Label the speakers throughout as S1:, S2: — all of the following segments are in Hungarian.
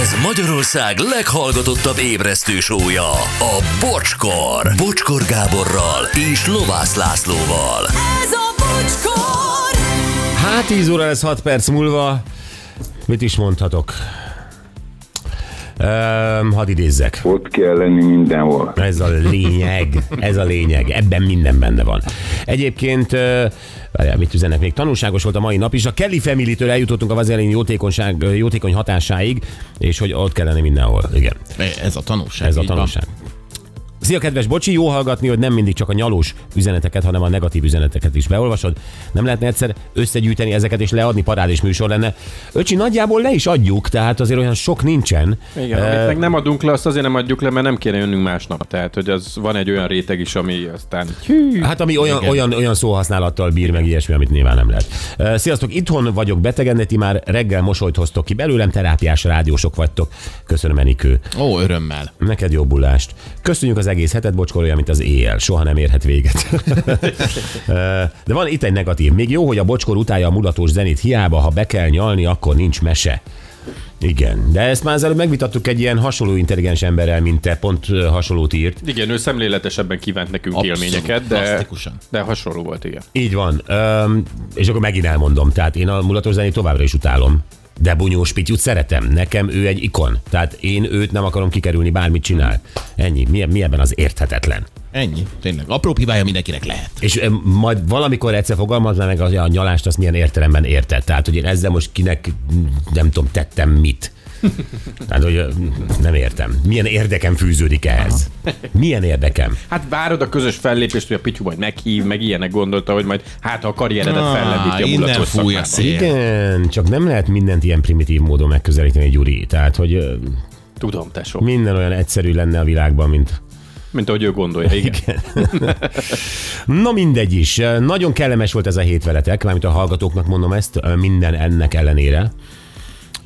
S1: Ez Magyarország leghallgatottabb ébresztő sója, a Bocskor. Bocskor Gáborral és Lovász Lászlóval.
S2: Ez a bocskor!
S3: Hát 10 óra lesz 6 perc múlva. Mit is mondhatok? Öm, hadd idézzek.
S4: Ott kell lenni mindenhol.
S3: Ez a lényeg. Ez a lényeg. Ebben minden benne van. Egyébként, ö, várjál, mit üzenek még? Tanulságos volt a mai nap is. A Kelly Family-től eljutottunk a vazelin jótékonyság, ö, jótékony hatásáig, és hogy ott kell lenni mindenhol. Igen,
S5: Ez a tanulság.
S3: ez a
S5: így van.
S3: tanulság. Szia, kedves Bocsi, jó hallgatni, hogy nem mindig csak a nyalós üzeneteket, hanem a negatív üzeneteket is beolvasod. Nem lehetne egyszer összegyűjteni ezeket és leadni, parádés műsor lenne. Öcsi, nagyjából le is adjuk, tehát azért olyan sok nincsen. Eh,
S6: Igen,
S5: Eh,
S6: amit meg nem adunk le, azt azért nem adjuk le, mert nem kéne jönnünk másnap. Tehát, hogy az van egy olyan réteg is, ami aztán...
S3: Hát ami olyan, olyan, olyan szóhasználattal bír, meg ilyesmi, amit nyilván nem lehet. Ö, Sziasztok, itthon vagyok betegen, de ti már reggel mosolyt hoztok ki belőlem, terápiás rádiósok vagytok. Köszönöm, Enikő.
S5: Ó, örömmel.
S3: Neked jobbulást. Köszönjük az egész hetet, bocskor olyan, mint az éjjel. Soha nem érhet véget. Ö, de van itt egy negatív. Még jó, hogy a bocskor utálja a mulatós zenét, hiába, ha be kell nyalni, akkor nincs mese. Igen, de ezt már előbb megvitattuk egy ilyen hasonló intelligens emberrel, mint te, pont ö, hasonlót írt.
S6: Igen, ő szemléletesebben kívánt nekünk
S5: Abszolút,
S6: élményeket, de,
S5: drasztikusan.
S6: de hasonló volt, igen.
S3: Így van. Öm, és akkor megint elmondom. Tehát én a mulatos zenét továbbra is utálom. De Bunyós Pityut szeretem. Nekem ő egy ikon. Tehát én őt nem akarom kikerülni, bármit csinál. Ennyi. Mi, mi ebben az érthetetlen?
S5: Ennyi, tényleg. Apró hibája mindenkinek lehet.
S3: És ö, majd valamikor egyszer fogalmazná meg, hogy a nyalást azt milyen értelemben érted. Tehát, hogy én ezzel most kinek, nem tudom, tettem mit. Tehát, hogy ö, nem értem. Milyen érdekem fűződik ehhez? Milyen érdekem?
S6: Hát várod a közös fellépést, hogy a Pityu majd meghív, meg ilyenek gondolta, hogy majd hát ha a karrieredet fellendíti a
S5: Ah, innen
S6: mulatos
S5: fúj a
S6: szakmába.
S5: szél.
S3: Ah, Igen, csak nem lehet mindent ilyen primitív módon megközelíteni, Gyuri. Tehát, hogy ö,
S6: Tudom, tesó.
S3: minden olyan egyszerű lenne a világban, mint...
S6: Mint ahogy ő gondolja, igen.
S3: Na mindegy is. Nagyon kellemes volt ez a hét veletek, mármint a hallgatóknak mondom ezt, minden ennek ellenére.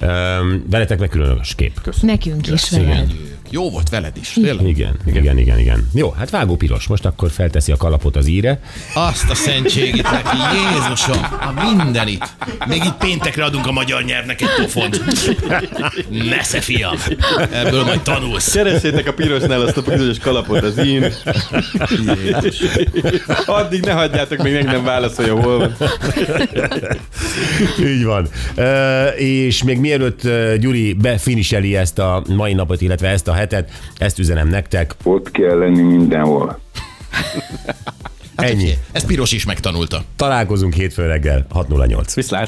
S3: Öm, Veletek meg különös kép.
S7: Nekünk is veled.
S5: Jó volt veled is, tényleg.
S3: Igen, igen, igen, igen, igen. Jó, hát vágó piros. Most akkor felteszi a kalapot az íre.
S5: Azt a szentségét neki, Jézusom, a mindenit. Még itt péntekre adunk a magyar nyelvnek egy pofont. Nesze, fiam, ebből majd tanulsz.
S6: Keressétek a pirosnál azt a bizonyos kalapot az én. Addig ne hagyjátok, még meg nem válaszolja, hol van.
S3: Így van. Ö, és még mielőtt ö, Gyuri befiniseli ezt a mai napot, illetve ezt a hetet, ezt üzenem nektek.
S4: Ott kell lenni mindenhol.
S3: Ennyi.
S5: Ezt Hát, Piros is megtanulta.
S3: Találkozunk hétfő reggel 6.08.
S6: Viszlát.